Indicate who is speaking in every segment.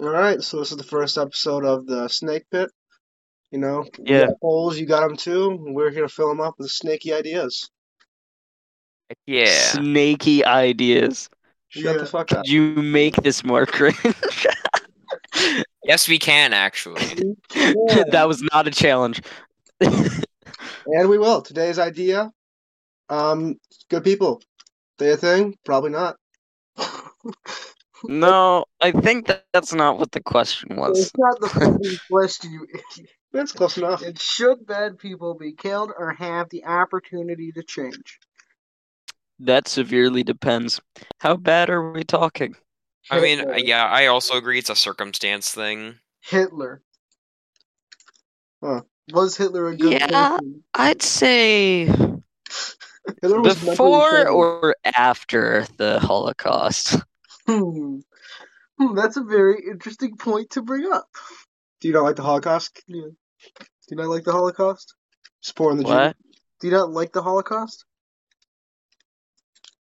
Speaker 1: All right, so this is the first episode of the Snake Pit. You know, we
Speaker 2: Yeah,
Speaker 1: got holes, you got them too. We're here to fill them up with snaky ideas.
Speaker 3: Yeah.
Speaker 2: snaky ideas.
Speaker 1: Shut the fuck up.
Speaker 2: Could you make this more cringe?
Speaker 3: Yes, we can actually.
Speaker 1: Yeah,
Speaker 2: that was not a challenge.
Speaker 1: and we will. Today's idea, um, good people. They a thing? Probably not.
Speaker 2: No, I think that that's not what the question was.
Speaker 4: It's not the fucking question, you idiot.
Speaker 1: That's close enough.
Speaker 4: It should bad people be killed or have the opportunity to change?
Speaker 2: That severely depends. How bad are we talking?
Speaker 3: I mean,
Speaker 4: Hitler.
Speaker 3: uh, yeah, I also agree it's a circumstance thing.
Speaker 4: Hitler.
Speaker 1: Huh.
Speaker 4: Was Hitler a good
Speaker 2: Yeah.
Speaker 4: person?
Speaker 2: I'd say
Speaker 1: Hitler was mentally
Speaker 2: before
Speaker 1: stable.
Speaker 2: or after the Holocaust.
Speaker 4: Hmm. Hmm, that's a very interesting point to bring up.
Speaker 1: Do you not like the Holocaust?
Speaker 4: Yeah. Do you not like the Holocaust?
Speaker 1: Supporting the
Speaker 2: What?
Speaker 4: Do you not like the Holocaust?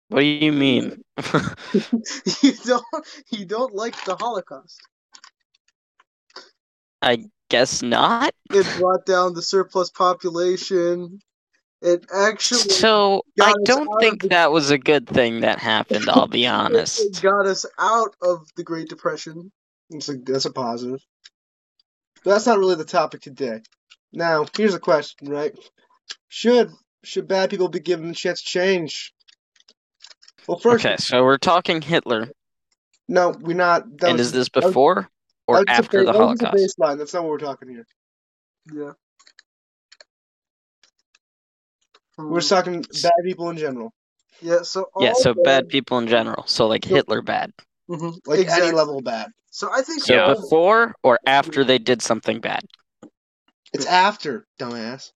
Speaker 2: What do you mean?
Speaker 4: you don't. You don't like the Holocaust.
Speaker 2: Guess not.
Speaker 4: It brought down the surplus population. It actually
Speaker 2: So
Speaker 4: got
Speaker 2: I
Speaker 4: us
Speaker 2: don't
Speaker 4: out of
Speaker 2: think
Speaker 4: the-
Speaker 2: that was a good thing that happened, I'll be
Speaker 4: It
Speaker 2: honest.
Speaker 4: got us out of the Great Depression.
Speaker 1: That's a, that's a positive. But that's not really the topic today. Now, here's a question, right? Should should bad people be given the chance to change? Well, first,
Speaker 2: Okay, so we're talking Hitler.
Speaker 1: no, we're not. That
Speaker 2: And
Speaker 1: was-
Speaker 2: is this
Speaker 1: that was-
Speaker 2: before
Speaker 1: that
Speaker 2: or
Speaker 1: was just a
Speaker 2: after
Speaker 1: ba-
Speaker 2: the
Speaker 1: that was just a
Speaker 2: Holocaust?
Speaker 1: baseline. That's not what we're talking here.
Speaker 4: Yeah.
Speaker 1: We're just talking
Speaker 2: Mm.
Speaker 1: bad people in general,
Speaker 4: Hmm. Yeah. So all
Speaker 2: Yeah, so
Speaker 4: the-
Speaker 2: bad people in general. So like Hitler bad.
Speaker 4: Mhm,
Speaker 1: like
Speaker 4: exactly.
Speaker 1: any level of bad.
Speaker 4: So I think
Speaker 2: So
Speaker 3: Yeah.
Speaker 2: before or after they did something bad.
Speaker 1: It's after, dumbass,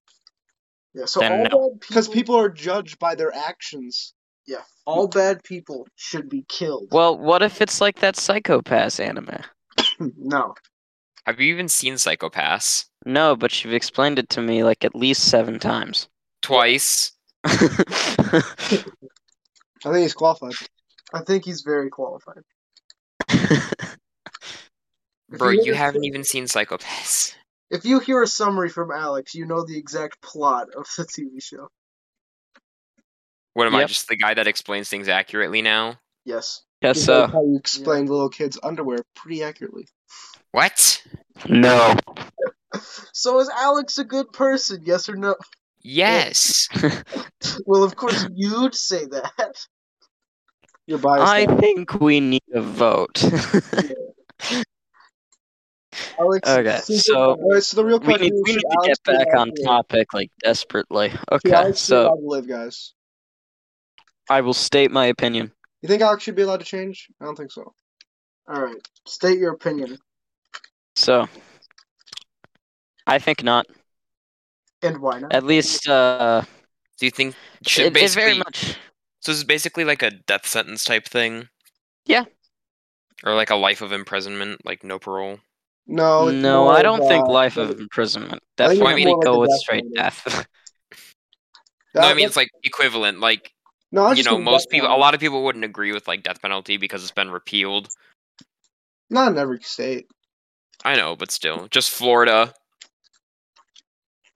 Speaker 4: Yeah, so
Speaker 2: Then
Speaker 4: all
Speaker 2: no.
Speaker 4: bad
Speaker 1: because
Speaker 4: people,
Speaker 1: people are judged by their actions.
Speaker 4: Yeah, all bad people should be killed.
Speaker 2: Well, what if it's like that psychopath anime?
Speaker 4: no.
Speaker 3: Have you even seen Psychopaths?
Speaker 2: No, but you've explained it to me like at least seven times.
Speaker 3: Twice.
Speaker 1: I think he's qualified.
Speaker 4: I think he's very qualified. If
Speaker 3: Bro,
Speaker 4: you
Speaker 3: you
Speaker 4: look-
Speaker 3: haven't even seen Psychopaths.
Speaker 4: If you hear a summary from Alex, you know the exact plot of the TV show.
Speaker 3: What am I,
Speaker 2: Yep.
Speaker 3: just the guy that explains things accurately now?
Speaker 4: Yes.
Speaker 2: Guess
Speaker 1: That's
Speaker 2: so.
Speaker 1: how you explain little kids' underwear pretty accurately.
Speaker 3: What?
Speaker 2: No.
Speaker 4: So is Alex a good person? Yes or no?
Speaker 3: Yes.
Speaker 4: Well, of course you'd say that.
Speaker 1: You're biased.
Speaker 2: I think we need a vote.
Speaker 4: Alex. is
Speaker 2: Okay,
Speaker 4: super
Speaker 2: so-
Speaker 1: All right, so the real
Speaker 2: we
Speaker 1: question
Speaker 2: need,
Speaker 1: is,
Speaker 2: we need
Speaker 1: should
Speaker 2: to get
Speaker 1: Alex be
Speaker 2: back
Speaker 1: allowed
Speaker 2: on
Speaker 1: to live?
Speaker 2: topic like desperately.
Speaker 1: Should
Speaker 2: Okay,
Speaker 1: Alex be
Speaker 2: so
Speaker 1: allowed to live, guys.
Speaker 2: I will state my opinion.
Speaker 1: You think Alex should be allowed to change? I don't think so.
Speaker 4: All right. State your opinion.
Speaker 2: So I think not.
Speaker 4: And why not?
Speaker 2: At least uh
Speaker 3: Do you think should
Speaker 2: it, it
Speaker 3: basically
Speaker 2: very much
Speaker 3: so this is basically like a death sentence type thing?
Speaker 2: Yeah.
Speaker 3: Or like a life of imprisonment, like no parole.
Speaker 1: No. it's
Speaker 2: No,
Speaker 1: more
Speaker 2: I
Speaker 1: of,
Speaker 2: don't think
Speaker 1: uh,
Speaker 2: life
Speaker 1: I
Speaker 2: of imprisonment.
Speaker 1: think it's
Speaker 3: Well, I
Speaker 2: Definitely
Speaker 3: mean-
Speaker 1: more like
Speaker 2: go
Speaker 1: a
Speaker 2: with
Speaker 1: death
Speaker 2: straight
Speaker 1: penalty.
Speaker 2: death.
Speaker 3: No, I
Speaker 1: That-
Speaker 3: mean it's like equivalent. Like
Speaker 1: no, I
Speaker 3: you
Speaker 1: just
Speaker 3: know,
Speaker 1: think uh,
Speaker 3: most
Speaker 1: death
Speaker 3: people, a
Speaker 1: penalty.
Speaker 3: lot of people wouldn't agree with like death penalty because it's been repealed.
Speaker 1: Not in every state.
Speaker 3: I know, but still, just Florida.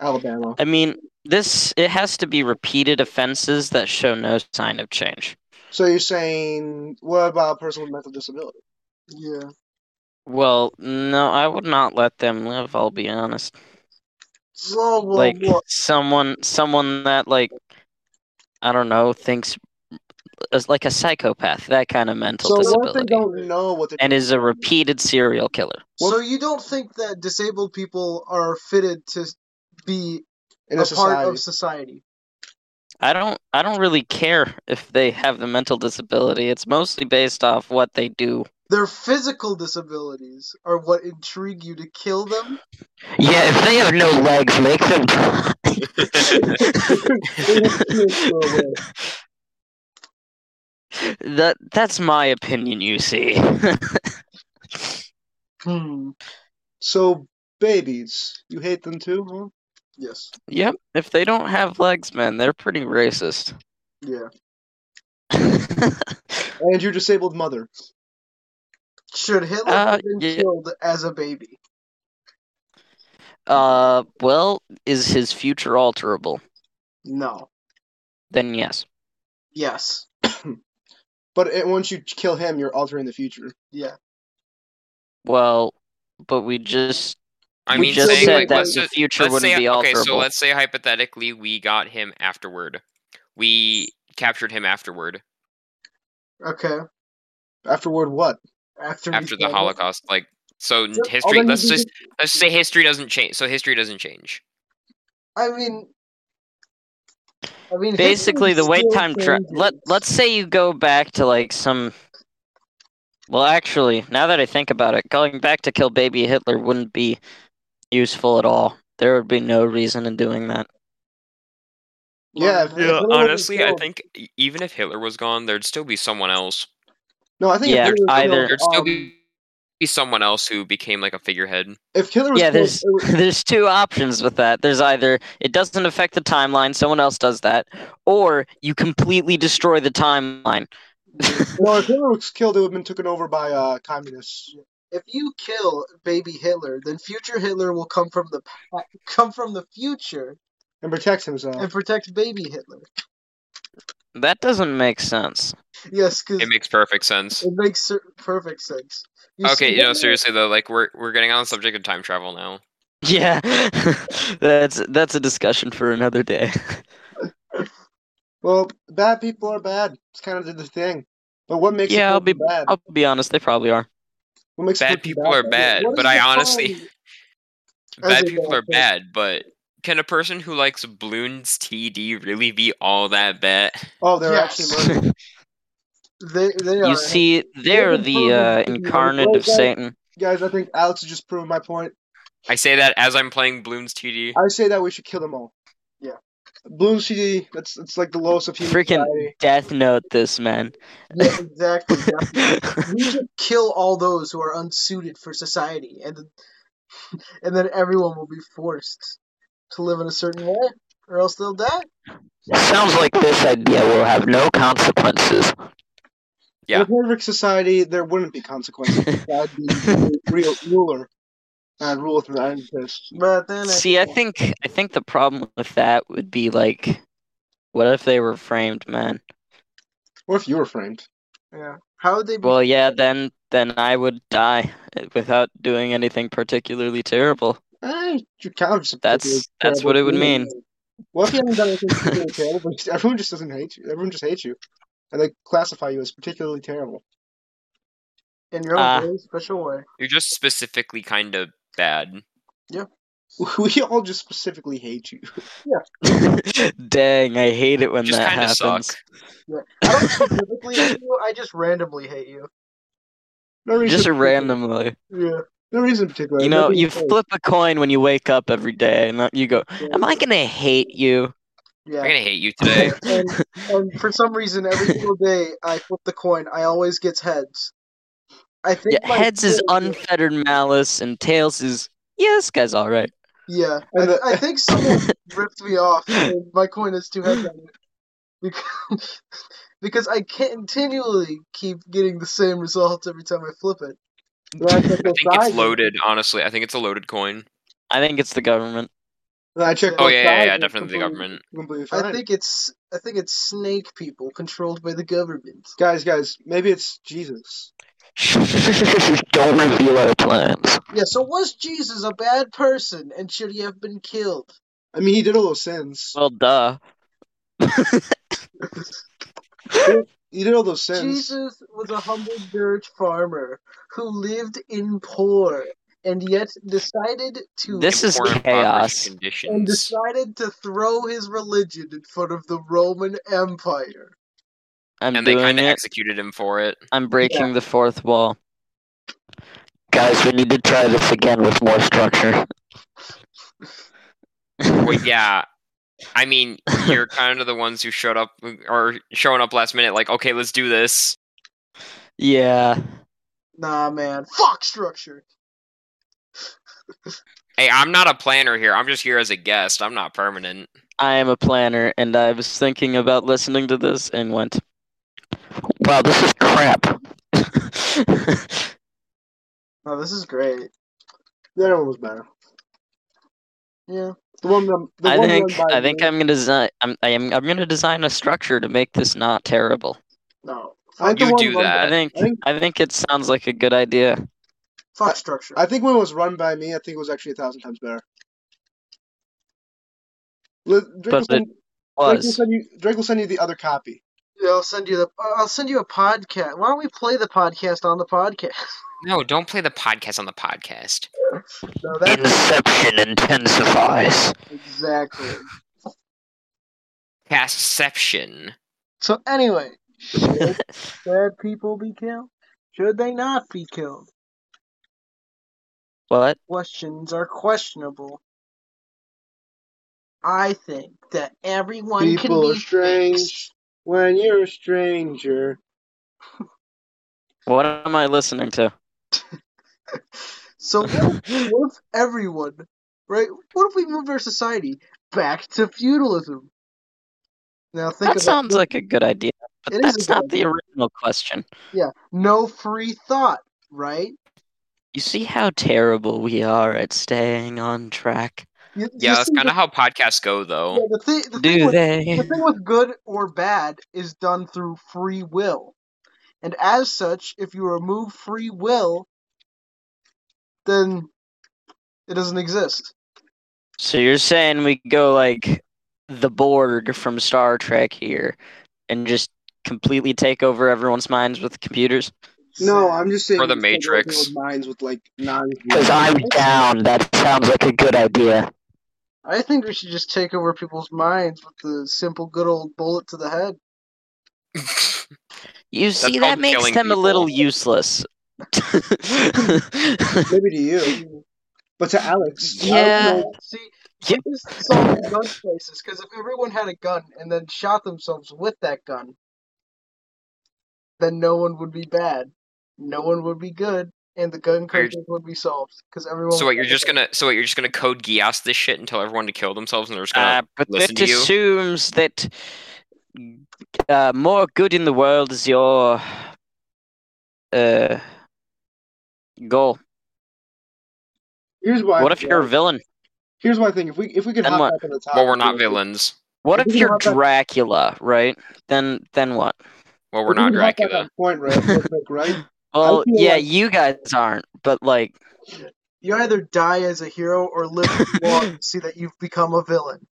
Speaker 1: Alabama.
Speaker 2: I mean, this it has to be repeated offenses that show no sign of change.
Speaker 1: So you're saying, what about a person with mental disability?
Speaker 4: Yeah.
Speaker 2: Well, no, I would not let them live, I'll be honest.
Speaker 4: Whoa, whoa,
Speaker 2: like
Speaker 4: whoa.
Speaker 2: someone someone that like I don't know, thinks is like a psychopath, that kind of mental
Speaker 1: So what if they
Speaker 2: disability.
Speaker 1: don't know what they're
Speaker 2: And is a repeated serial killer.
Speaker 4: So you don't think that disabled people are fitted to be
Speaker 1: in
Speaker 4: a
Speaker 1: a society?
Speaker 4: part of society?
Speaker 2: I don't I don't really care if they have the mental disability. It's mostly based off what they do.
Speaker 4: Their physical disabilities are what intrigue you to kill them.
Speaker 2: Yeah, if they have no legs, make them That that's my opinion, you see.
Speaker 4: Hmm.
Speaker 1: so babies, you hate them too, huh?
Speaker 4: Yes.
Speaker 2: yep, if they don't have legs, man, they're pretty racist.
Speaker 4: Yeah.
Speaker 1: And your disabled mother.
Speaker 4: Should Hitler
Speaker 2: Uh,
Speaker 4: have been
Speaker 2: yeah.
Speaker 4: killed as a baby?
Speaker 2: Uh, well, is his future alterable?
Speaker 4: No.
Speaker 2: Then yes.
Speaker 4: Yes.
Speaker 1: But it, once you kill him, you're altering the future.
Speaker 4: Yeah.
Speaker 2: Well, but we just
Speaker 3: I
Speaker 2: we
Speaker 3: mean,
Speaker 2: just
Speaker 3: saying
Speaker 2: said
Speaker 3: like
Speaker 2: that
Speaker 3: let's,
Speaker 2: the
Speaker 3: just,
Speaker 2: future
Speaker 3: let's
Speaker 2: wouldn't
Speaker 3: say
Speaker 2: be alterable.
Speaker 3: okay, so let's say hypothetically we got him afterward. We captured him afterward
Speaker 4: Okay.
Speaker 1: Afterward, what?
Speaker 4: After we
Speaker 3: after the
Speaker 4: killed him.
Speaker 3: Holocaust. Like so,
Speaker 4: Ju- all
Speaker 3: history.
Speaker 4: that he
Speaker 3: Let's
Speaker 4: did-
Speaker 3: just let's say history doesn't change. So history doesn't change.
Speaker 4: I mean. I mean.
Speaker 2: Basically,
Speaker 4: Hitler
Speaker 2: the way
Speaker 4: still
Speaker 2: time tra-
Speaker 4: changes.
Speaker 2: let let's say you go back to like some. Well, actually, now that I think about it, going back to kill baby Hitler wouldn't be useful at all. There would be no reason in doing that.
Speaker 1: Yeah,
Speaker 4: Hitler
Speaker 3: Yeah,
Speaker 4: wasn't
Speaker 3: honestly, I
Speaker 4: killed.
Speaker 3: think e- even if Hitler was gone, there'd still be someone else.
Speaker 1: No, I think
Speaker 2: Yeah,
Speaker 1: if Hitler was
Speaker 2: either-
Speaker 1: killed,
Speaker 3: There'd still
Speaker 1: um,
Speaker 3: be be someone else who became like a figurehead.
Speaker 1: if Hitler was
Speaker 2: Yeah,
Speaker 1: killed,
Speaker 2: there's
Speaker 1: it would-
Speaker 2: there's two options with that. There's either it doesn't affect the timeline, someone else does that, or you completely destroy the timeline.
Speaker 1: no, if Hitler was killed, it would have been taken over by uh, communists.
Speaker 4: If you kill baby Hitler, then future Hitler will come from the pa- come from the future
Speaker 1: and uh, protects himself.
Speaker 4: and protect baby Hitler.
Speaker 2: That doesn't make sense.
Speaker 4: Yes, because
Speaker 3: It
Speaker 4: it,
Speaker 3: makes perfect sense.
Speaker 4: makes cer- perfect sense. You
Speaker 3: Okay,
Speaker 4: see
Speaker 3: you know,
Speaker 4: Hitler-
Speaker 3: seriously though, like we're we're getting on the subject of time travel now.
Speaker 2: Yeah, that's that's a discussion for another day.
Speaker 1: Well, bad people are bad. It's kind of the thing. But what makes a
Speaker 2: Yeah, I'll
Speaker 1: person
Speaker 2: be-
Speaker 1: bad?
Speaker 2: I'll be honest, they probably are.
Speaker 1: What makes a
Speaker 3: Bad
Speaker 1: person
Speaker 3: people are
Speaker 1: though?
Speaker 3: bad,
Speaker 4: What
Speaker 3: but
Speaker 4: is
Speaker 3: I
Speaker 4: the
Speaker 3: honestly
Speaker 4: time- as
Speaker 3: bad
Speaker 4: a
Speaker 3: people
Speaker 4: bad
Speaker 3: are
Speaker 4: person.
Speaker 3: bad, but can a person who likes balloons TD really be all that bad?
Speaker 1: Oh, they're
Speaker 4: Yes.
Speaker 1: actually murdered.
Speaker 4: They, they are.
Speaker 2: You see, they're
Speaker 1: Living
Speaker 2: the
Speaker 1: proof
Speaker 2: uh,
Speaker 1: is the
Speaker 2: incarnate
Speaker 1: way
Speaker 2: of
Speaker 1: that-
Speaker 2: Satan.
Speaker 1: Guys, I think Alex is just proving my point.
Speaker 3: I say that as I'm playing balloons TD.
Speaker 1: I say that we should kill them all.
Speaker 4: Yeah.
Speaker 1: Bloom CD, that's it's like the lowest of human
Speaker 2: Freaking-
Speaker 1: society.
Speaker 2: Death Note, this man.
Speaker 4: Yeah, exactly. yeah. we should kill all those who are unsuited for society, and then, and then everyone will be forced to live in a certain way, or else they'll die.
Speaker 2: Sounds like this idea will have no consequences.
Speaker 3: Yeah.
Speaker 1: In a perfect society, there wouldn't be consequences. That'd be the real ruler. And rule through the iron fist.
Speaker 4: But then, uh,
Speaker 2: See, I think I think the problem with that would be like, what if they were framed, man?
Speaker 1: What if you were framed?
Speaker 4: yeah, how would they? Be,
Speaker 2: Well, yeah, then then I would die without doing anything particularly terrible.
Speaker 1: Eh, you kind of just a
Speaker 2: That's
Speaker 1: particularly
Speaker 2: that's what it would
Speaker 1: terrible human.
Speaker 2: mean.
Speaker 1: What if you haven't done anything particularly terrible? but Everyone just doesn't hate you. Everyone just hates you, and they classify you as particularly terrible.
Speaker 4: in your own
Speaker 2: Ah.
Speaker 4: very special way.
Speaker 3: You're just specifically kind of bad.
Speaker 1: We all just specifically hate you.
Speaker 2: Dang, I hate it when
Speaker 3: Just
Speaker 2: that
Speaker 3: kind of suck.
Speaker 2: happens.
Speaker 4: I don't specifically hate you. I just randomly hate you.
Speaker 1: No reason.
Speaker 2: Just
Speaker 1: in particular.
Speaker 2: randomly.
Speaker 4: Yeah.
Speaker 1: No reason in particular.
Speaker 2: You know,
Speaker 1: Nothing
Speaker 2: you
Speaker 1: to say.
Speaker 2: flip a coin when you wake up every day, and uh, you go, "Am I gonna hate you?"
Speaker 3: I'm
Speaker 4: Yeah.
Speaker 3: gonna hate you today.
Speaker 4: And, and for some reason, every single day I flip the coin, I always gets heads. I think
Speaker 2: Yeah,
Speaker 4: my
Speaker 2: heads is
Speaker 4: tails-
Speaker 2: unfettered malice, and tails is yeah, this guy's all right.
Speaker 4: Yeah,
Speaker 1: And
Speaker 4: I,
Speaker 1: the-
Speaker 4: I think someone ripped me off. And my coin is two heads on it because, because I continually keep getting the same results every time I flip it.
Speaker 1: The last
Speaker 3: I think it's
Speaker 1: society-
Speaker 3: loaded, honestly. I think it's a loaded coin.
Speaker 2: I think it's the government.
Speaker 1: When I check
Speaker 3: Oh yeah, yeah,
Speaker 1: outside,
Speaker 3: yeah
Speaker 1: it's
Speaker 3: definitely the
Speaker 1: completely-
Speaker 3: government.
Speaker 1: Completely
Speaker 4: I
Speaker 1: fine.
Speaker 4: think it's I think it's snake people controlled by the government.
Speaker 1: guys, guys, maybe it's Jesus.
Speaker 2: Don't reveal our plans.
Speaker 4: Yeah, so was Jesus a bad person and should he have been killed?
Speaker 1: I mean, he did all those sins.
Speaker 2: Well, duh.
Speaker 1: He did all those sins.
Speaker 4: Jesus was a humble dirt farmer who lived in poor and yet decided to
Speaker 2: This is
Speaker 3: Important poverty
Speaker 2: chaos.
Speaker 4: and
Speaker 3: Conditions.
Speaker 4: decided to throw his religion in front of the Roman Empire.
Speaker 2: I'm
Speaker 3: And they
Speaker 2: doing
Speaker 3: kind of
Speaker 2: it.
Speaker 3: executed him for it.
Speaker 2: I'm breaking the fourth wall. Guys, we need to try this again with more structure.
Speaker 3: Well, yeah. I mean, you're kind of the ones who showed up or showing up last minute, like, okay, let's do this.
Speaker 2: yeah.
Speaker 4: Nah, man, fuck structure.
Speaker 3: Hey, I'm not a planner here. I'm just here as a guest. I'm not permanent.
Speaker 2: I am a planner, and I was thinking about listening to this and went, Wow, this is crap.
Speaker 4: Oh, this is great.
Speaker 1: The other one was better.
Speaker 4: Yeah.
Speaker 1: The one that the
Speaker 2: I
Speaker 1: one
Speaker 2: think
Speaker 1: run by
Speaker 2: I think
Speaker 1: me-
Speaker 2: I'm gonna design. I'm I am I'm gonna design a structure to make this not terrible.
Speaker 4: No.
Speaker 1: I think the
Speaker 3: You
Speaker 1: one
Speaker 3: do
Speaker 1: run by-
Speaker 3: that.
Speaker 2: I think
Speaker 1: I think-
Speaker 2: I think it sounds like a good idea.
Speaker 4: Fuck structure.
Speaker 1: I think when it was run by me, I think it was actually a thousand times better. Li- Drake, will
Speaker 2: But
Speaker 1: send, Drake, will
Speaker 2: Was
Speaker 1: send you, Drake will send you the other copy.
Speaker 4: Yeah, I'll send you the. I'll send you a podcast. Why don't we play the podcast on the podcast?
Speaker 3: No, don't play the podcast on the podcast.
Speaker 4: No, that's
Speaker 2: Inception intensifies.
Speaker 4: exactly.
Speaker 3: Castception.
Speaker 4: So anyway, should bad people be killed? Should they not be killed?
Speaker 2: What?
Speaker 4: Questions are questionable. I think that everyone
Speaker 1: People
Speaker 4: can
Speaker 1: are
Speaker 4: be
Speaker 1: strange.
Speaker 4: fixed.
Speaker 1: When you're a stranger.
Speaker 2: What am I listening to?
Speaker 4: So what if, what if everyone, right? What if we moved our society back to feudalism? Now think
Speaker 2: That
Speaker 4: about
Speaker 2: sounds like a good idea. But
Speaker 4: It is a
Speaker 2: that's
Speaker 4: good
Speaker 2: not the original question.
Speaker 4: yeah, no free thought, right?
Speaker 2: You see how terrible we are at staying on track.
Speaker 4: You- you
Speaker 3: Yeah, that's
Speaker 4: see
Speaker 3: kind
Speaker 4: the-
Speaker 3: of how podcasts go,
Speaker 4: yeah,
Speaker 3: though.
Speaker 4: the thing, the thing
Speaker 2: Do
Speaker 4: with-
Speaker 2: they?
Speaker 4: the thing with good or bad is done through free will. And as such, if you remove free will, then it doesn't exist.
Speaker 2: So you're saying we go like the Borg from Star Trek here and just completely take over everyone's minds with computers?
Speaker 1: No, I'm just saying.
Speaker 3: Or the
Speaker 1: it's like
Speaker 3: Matrix.
Speaker 1: working with minds with like non.
Speaker 2: down. That sounds like a good idea.
Speaker 4: I think we should just take over people's minds with the simple good old bullet to the head.
Speaker 2: You see,
Speaker 3: called
Speaker 2: that makes
Speaker 3: killing
Speaker 2: them a little
Speaker 3: people.
Speaker 2: useless.
Speaker 3: Uh,
Speaker 1: Maybe to you, but to Alex.
Speaker 2: yeah.
Speaker 4: See,
Speaker 2: Yeah.
Speaker 4: we just solved the gun crisis because if everyone had a gun and then shot themselves with that gun, then no one would be bad, no one would be good, and the gun crisis would be solved because everyone.
Speaker 3: So what?
Speaker 4: would
Speaker 3: You're
Speaker 4: have a
Speaker 3: just
Speaker 4: gun.
Speaker 3: gonna so what? You're just gonna code Gias this shit and tell everyone to kill themselves, and they're just gonna.
Speaker 2: Uh, but
Speaker 3: listen
Speaker 2: that
Speaker 3: to you.
Speaker 2: assumes that uh, more good in the world is your uh, goal.
Speaker 1: Here's why.
Speaker 2: What if you're a villain?
Speaker 1: Here's why I think if we if we could
Speaker 2: Then
Speaker 1: hop
Speaker 2: what?
Speaker 1: back on the top.
Speaker 3: well, we're not villains.
Speaker 2: What
Speaker 1: If
Speaker 2: if
Speaker 1: we
Speaker 2: you're
Speaker 1: have that-
Speaker 2: Dracula, right? Then then what?
Speaker 3: Well, we're not Dracula.
Speaker 1: Point right, real quick, right?
Speaker 2: Well,
Speaker 1: feel
Speaker 2: yeah,
Speaker 1: like-
Speaker 2: you guys aren't, but like
Speaker 4: You either die as a hero or live long to see that you've become a villain.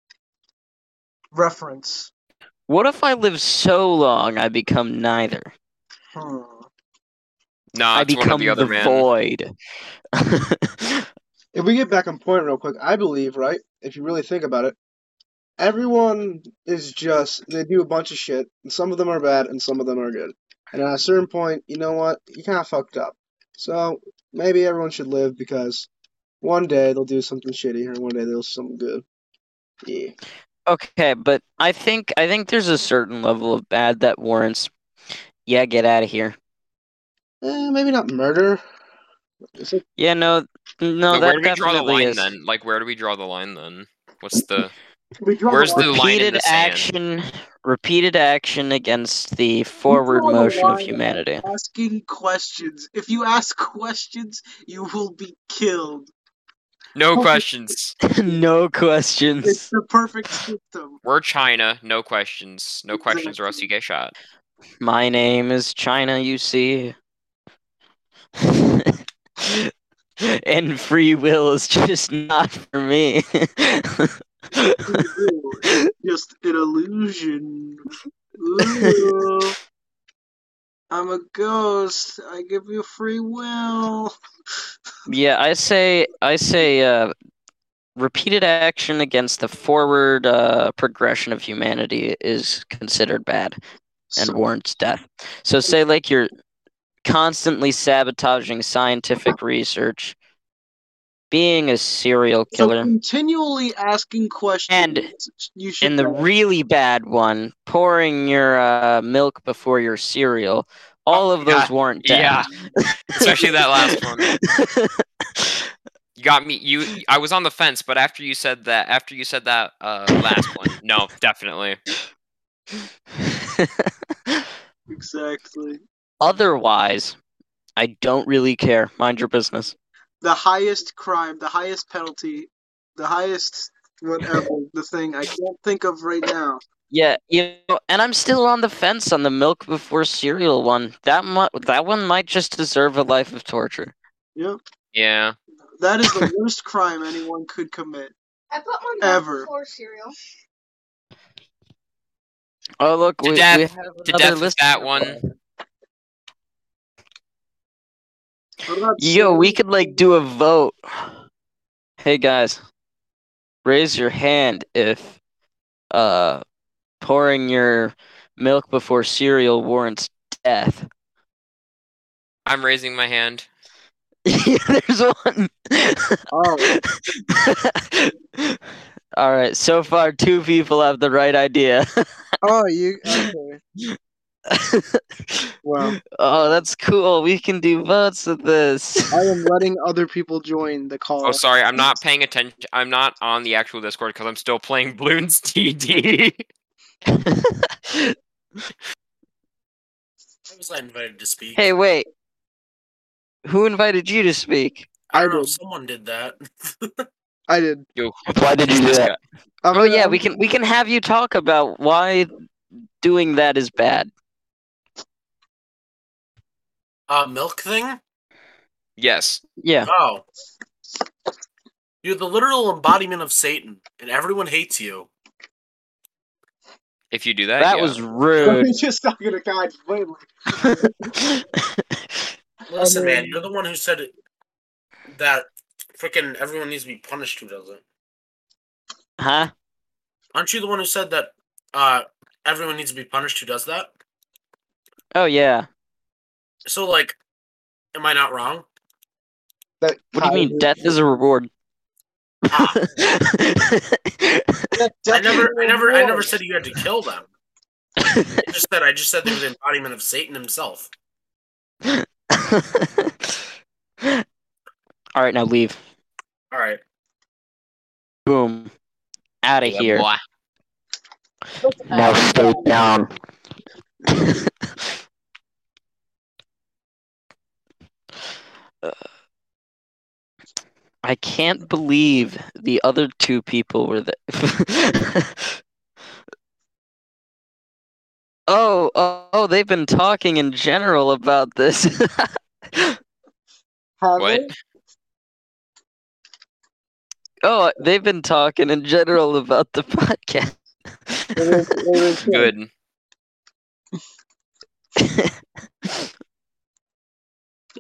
Speaker 4: Reference.
Speaker 2: what if I live so long I become neither?
Speaker 4: Hmm.
Speaker 3: Nah,
Speaker 2: I
Speaker 3: it's one or
Speaker 2: become
Speaker 3: the other, man.
Speaker 2: void.
Speaker 1: If we get back on point real quick, I believe, right? If you really think about it, everyone is just they do a bunch of shit, and some of them are bad, and some of them are good. And at a certain point, you know what? You kind of fucked up. So maybe everyone should live because one day they'll do something shitty, and one day they'll do something good. Yeah.
Speaker 2: okay, but I think I think there's a certain level of bad that warrants yeah, get out of here.
Speaker 1: Eh, maybe not murder. It's like,
Speaker 2: Yeah, no no that
Speaker 3: But where do we draw the
Speaker 2: definitely
Speaker 3: line
Speaker 2: is.
Speaker 3: then? Like, where do we draw the line then? What's the?
Speaker 1: we draw
Speaker 3: Where's
Speaker 1: line-
Speaker 3: the line in
Speaker 2: Repeated
Speaker 3: the sand?
Speaker 2: action repeated action against the forward
Speaker 4: draw the
Speaker 2: motion of
Speaker 4: line.
Speaker 2: humanity.
Speaker 4: Asking questions. If you ask questions, you will be killed.
Speaker 3: No
Speaker 4: Okay.
Speaker 3: questions.
Speaker 2: no
Speaker 4: It's
Speaker 2: questions.
Speaker 4: the perfect system.
Speaker 3: We're China. No questions. No questions, or else you get shot.
Speaker 2: My name is China, you see. and free will is just not for me.
Speaker 4: Ooh, it's Just an illusion. Ooh, I'm a ghost. I give you free will.
Speaker 2: yeah, I say I say uh repeated action against the forward uh progression of humanity is considered bad and
Speaker 4: So-
Speaker 2: warrants death. So say like you're constantly sabotaging scientific research, being a serial
Speaker 4: So
Speaker 2: killer.
Speaker 4: continually asking questions. you should
Speaker 2: and the
Speaker 4: die.
Speaker 2: really bad one, pouring your uh, milk before your cereal, all of those
Speaker 3: yeah,
Speaker 2: warrant death.
Speaker 3: yeah. Especially that last one. You got me. You. I was on the fence, but after you said that, after you said that uh, last one, no, definitely.
Speaker 4: Exactly.
Speaker 2: Otherwise, I don't really care. Mind your business.
Speaker 4: The highest crime, the highest penalty, the highest whatever the thing I can't think of right now.
Speaker 2: Yeah, you know, and I'm still on the fence on the milk before cereal one. That mu- that one might just deserve a life of torture.
Speaker 4: Yep.
Speaker 3: Yeah.
Speaker 4: That is the worst crime anyone could commit.
Speaker 5: I put
Speaker 1: Oh,
Speaker 5: one
Speaker 4: Ever.
Speaker 5: down before cereal.
Speaker 2: Oh look,
Speaker 3: To
Speaker 2: we,
Speaker 3: death-
Speaker 2: we have
Speaker 3: To
Speaker 2: another
Speaker 3: death with
Speaker 2: list.
Speaker 3: that one.
Speaker 4: What about
Speaker 2: Yo, we
Speaker 4: cereal?
Speaker 2: could like do a vote. Hey guys, raise your hand if uh pouring your milk before cereal warrants death.
Speaker 3: I'm raising my hand.
Speaker 2: There's one.
Speaker 4: Oh,
Speaker 2: All right, so far two people have the right idea.
Speaker 4: oh, you. Okay. Well,
Speaker 2: oh, that's cool. We can do votes with this.
Speaker 4: I am letting other people join the call.
Speaker 3: Oh, sorry. I'm not paying attention. I'm not on the actual Discord because I'm still playing Bloons TD.
Speaker 6: I was not invited to speak.
Speaker 2: hey, wait. Who invited you to speak?
Speaker 6: I don't know.
Speaker 4: did.
Speaker 6: Someone did that.
Speaker 4: I did.
Speaker 3: Yo,
Speaker 2: Why did you do
Speaker 3: this
Speaker 2: that?
Speaker 3: guy-
Speaker 4: I'm
Speaker 2: Oh
Speaker 4: gonna-
Speaker 2: yeah,
Speaker 4: I'm-
Speaker 2: we can we can have you talk about why doing that is bad.
Speaker 6: uh, milk thing?
Speaker 3: Yes.
Speaker 2: Yeah.
Speaker 6: Oh. You're the literal embodiment of Satan, and everyone hates you.
Speaker 3: If you do that,
Speaker 2: That
Speaker 3: Uh, yeah.
Speaker 2: was rude.
Speaker 4: just talking to God. Wait,
Speaker 6: Listen, man,
Speaker 4: mean-
Speaker 6: you're the one who said it, that freaking everyone needs to be punished who doesn't.
Speaker 2: huh?
Speaker 6: Aren't you the one who said that uh, everyone needs to be punished who does that?
Speaker 2: Oh yeah.
Speaker 6: So, like, am I not wrong?
Speaker 4: that
Speaker 2: What do you mean death is a reward?
Speaker 6: Ah,
Speaker 2: Ah.
Speaker 4: That
Speaker 6: I never, I
Speaker 4: definitely
Speaker 6: never, I never
Speaker 4: was.
Speaker 6: said you had to kill them. I just said, I just said they were the embodiment of Satan himself.
Speaker 2: All right, now leave.
Speaker 6: All right,
Speaker 2: Boom. Out of
Speaker 3: Yeah,
Speaker 2: here.
Speaker 3: boy.
Speaker 2: Now stay down. I can't believe the other two people were there. oh, oh, oh, they've been talking in general about this.
Speaker 4: Have
Speaker 3: What?
Speaker 4: we?
Speaker 2: oh, they've been talking in general about the podcast.
Speaker 4: It was- it was
Speaker 3: Good.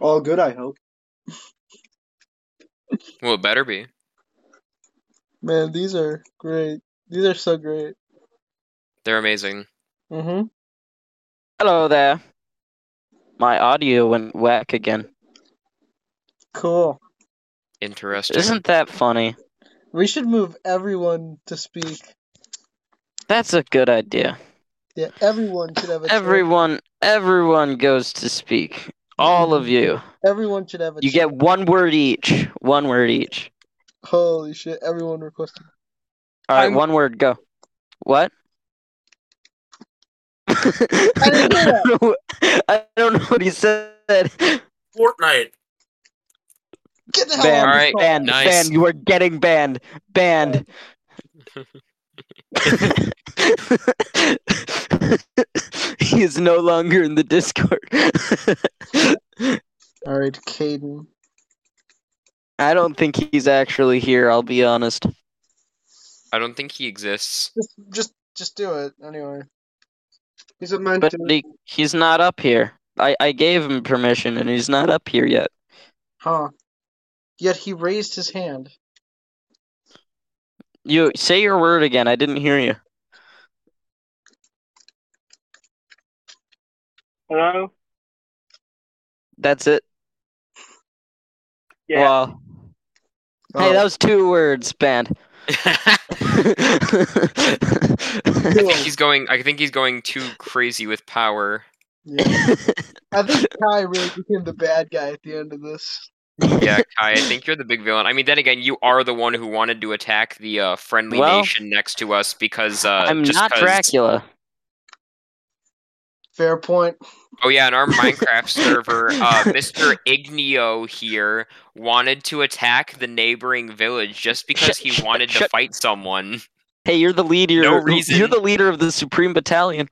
Speaker 4: All good, I hope.
Speaker 3: Well, it better be.
Speaker 4: Man, these are great. These are so great.
Speaker 3: They're amazing.
Speaker 4: Mm-hmm.
Speaker 2: Hello there. My audio went whack again.
Speaker 4: Cool.
Speaker 3: Interesting.
Speaker 2: Isn't that funny?
Speaker 4: We should move everyone to speak.
Speaker 2: That's a good idea.
Speaker 4: Yeah, everyone should have a chance.
Speaker 2: Everyone, everyone goes to speak. All of you.
Speaker 4: Everyone should have a
Speaker 2: You get
Speaker 4: chance.
Speaker 2: one word each. One word each.
Speaker 4: Holy shit, everyone requested.
Speaker 2: All right,
Speaker 4: I'm-
Speaker 2: one word. Go. What? I
Speaker 4: didn't hear
Speaker 2: don't know what- I don't know what he said. Ban,
Speaker 6: Fortnite.
Speaker 4: Get the hell
Speaker 2: Banned.
Speaker 4: out
Speaker 3: Alright,
Speaker 4: of
Speaker 2: banned.
Speaker 3: Nice.
Speaker 2: Banned. You are getting banned. Banned. he is no longer in the Discord.
Speaker 4: Alright, Caden.
Speaker 2: I don't think he's actually here. I'll be honest.
Speaker 3: I don't think he exists.
Speaker 4: Just, just, just do it anyway. He's a mentor.
Speaker 2: But he, he's not up here. I, I gave him permission and he's not up here yet.
Speaker 4: Huh. Yet he raised his hand.
Speaker 2: You say your word again. I didn't hear you.
Speaker 7: Hello?
Speaker 2: That's it.
Speaker 7: Yeah.
Speaker 2: Wow. Hey,
Speaker 4: Oh.
Speaker 2: that was two words, banned.
Speaker 3: I
Speaker 2: I
Speaker 3: think he's going. I think he's going too crazy with power.
Speaker 4: Yeah. I think Kai really became the bad guy at the end of this.
Speaker 3: Yeah, Kai. I think you're the big villain. I mean, then again, you are the one who wanted to attack the uh, friendly
Speaker 2: Well-
Speaker 3: nation next to us because uh,
Speaker 2: am
Speaker 3: just
Speaker 2: not
Speaker 3: 'cause-
Speaker 2: Dracula.
Speaker 4: Fair point.
Speaker 3: Oh yeah, in our Minecraft server, uh, Mr. Ignio here wanted to attack the neighboring village just because
Speaker 2: Shut-
Speaker 3: he
Speaker 2: shut-
Speaker 3: wanted to
Speaker 2: shut-
Speaker 3: fight someone.
Speaker 2: Hey, you're the leader.
Speaker 3: No reason.
Speaker 2: You're the leader of the Supreme Battalion.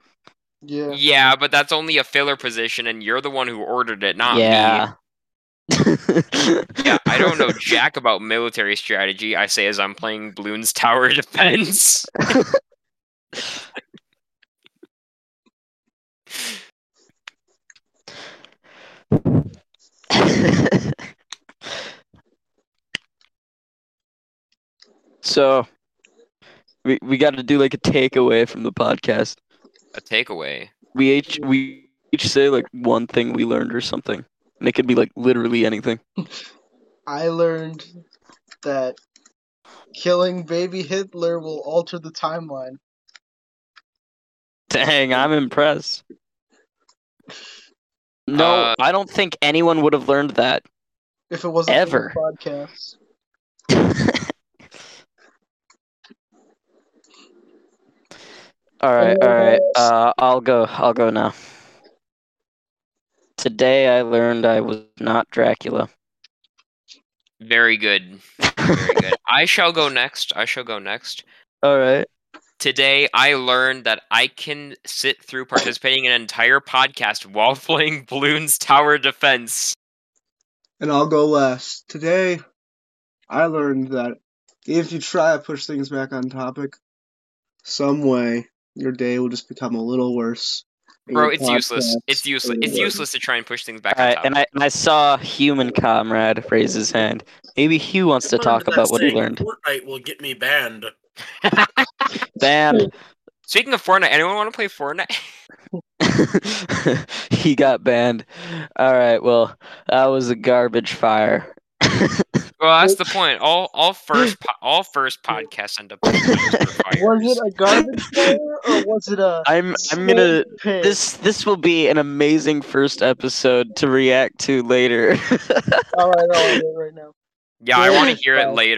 Speaker 4: Yeah.
Speaker 3: Yeah, but that's only a filler position, and you're the one who ordered it, not me.
Speaker 2: yeah.
Speaker 3: Yeah, I don't know jack about military strategy. I say as I'm playing Bloons Tower Defense.
Speaker 2: so we we got to do like a takeaway from the podcast.
Speaker 3: A takeaway.
Speaker 2: We each we each say like one thing we learned or something, and it could be like literally anything.
Speaker 4: I learned that killing baby Hitler will alter the timeline.
Speaker 2: Dang, I'm impressed. No,
Speaker 3: Uh,
Speaker 2: I don't think anyone would have learned that.
Speaker 4: If it wasn't for
Speaker 2: Ever.
Speaker 4: the podcast.
Speaker 2: All right, all right. Uh, I'll go. I'll go now. Today I learned I was not Dracula.
Speaker 3: Very good. Very good. I shall go next. I shall go next.
Speaker 2: all right.
Speaker 3: Today, I learned that I can sit through participating in an entire podcast while playing Balloons Tower Defense.
Speaker 1: and I'll go last. Today, I learned that if you try to push things back on topic, some way your day will just become a little worse. and
Speaker 3: Bro,
Speaker 1: your
Speaker 3: it's useless.
Speaker 1: podcast
Speaker 3: It's useless.
Speaker 1: will
Speaker 3: It's
Speaker 1: work.
Speaker 3: useless to try and push things back.
Speaker 2: All
Speaker 3: on
Speaker 6: Uh,
Speaker 2: right.
Speaker 3: top.
Speaker 2: And I and I saw human comrade raise his hand. Maybe he wants to
Speaker 6: Just learned
Speaker 2: talk about
Speaker 6: that
Speaker 2: what he
Speaker 6: saying,
Speaker 2: learned.
Speaker 6: Fortnite will get me banned.
Speaker 2: Banned.
Speaker 3: Speaking of Fortnite, anyone want to play Fortnite?
Speaker 6: Hmm.
Speaker 2: he got banned. All right. Well, that was a garbage fire.
Speaker 3: Well, that's the point. All all first po- all first podcasts end up. being dumpster
Speaker 4: Was
Speaker 3: fires.
Speaker 4: it a garbage fire or was it a
Speaker 2: I'm I'm gonna.
Speaker 4: snake pit?
Speaker 2: This this will be an amazing first episode to react to later.
Speaker 4: All right, I'll end it right now.
Speaker 3: Yeah, I want to hear it later.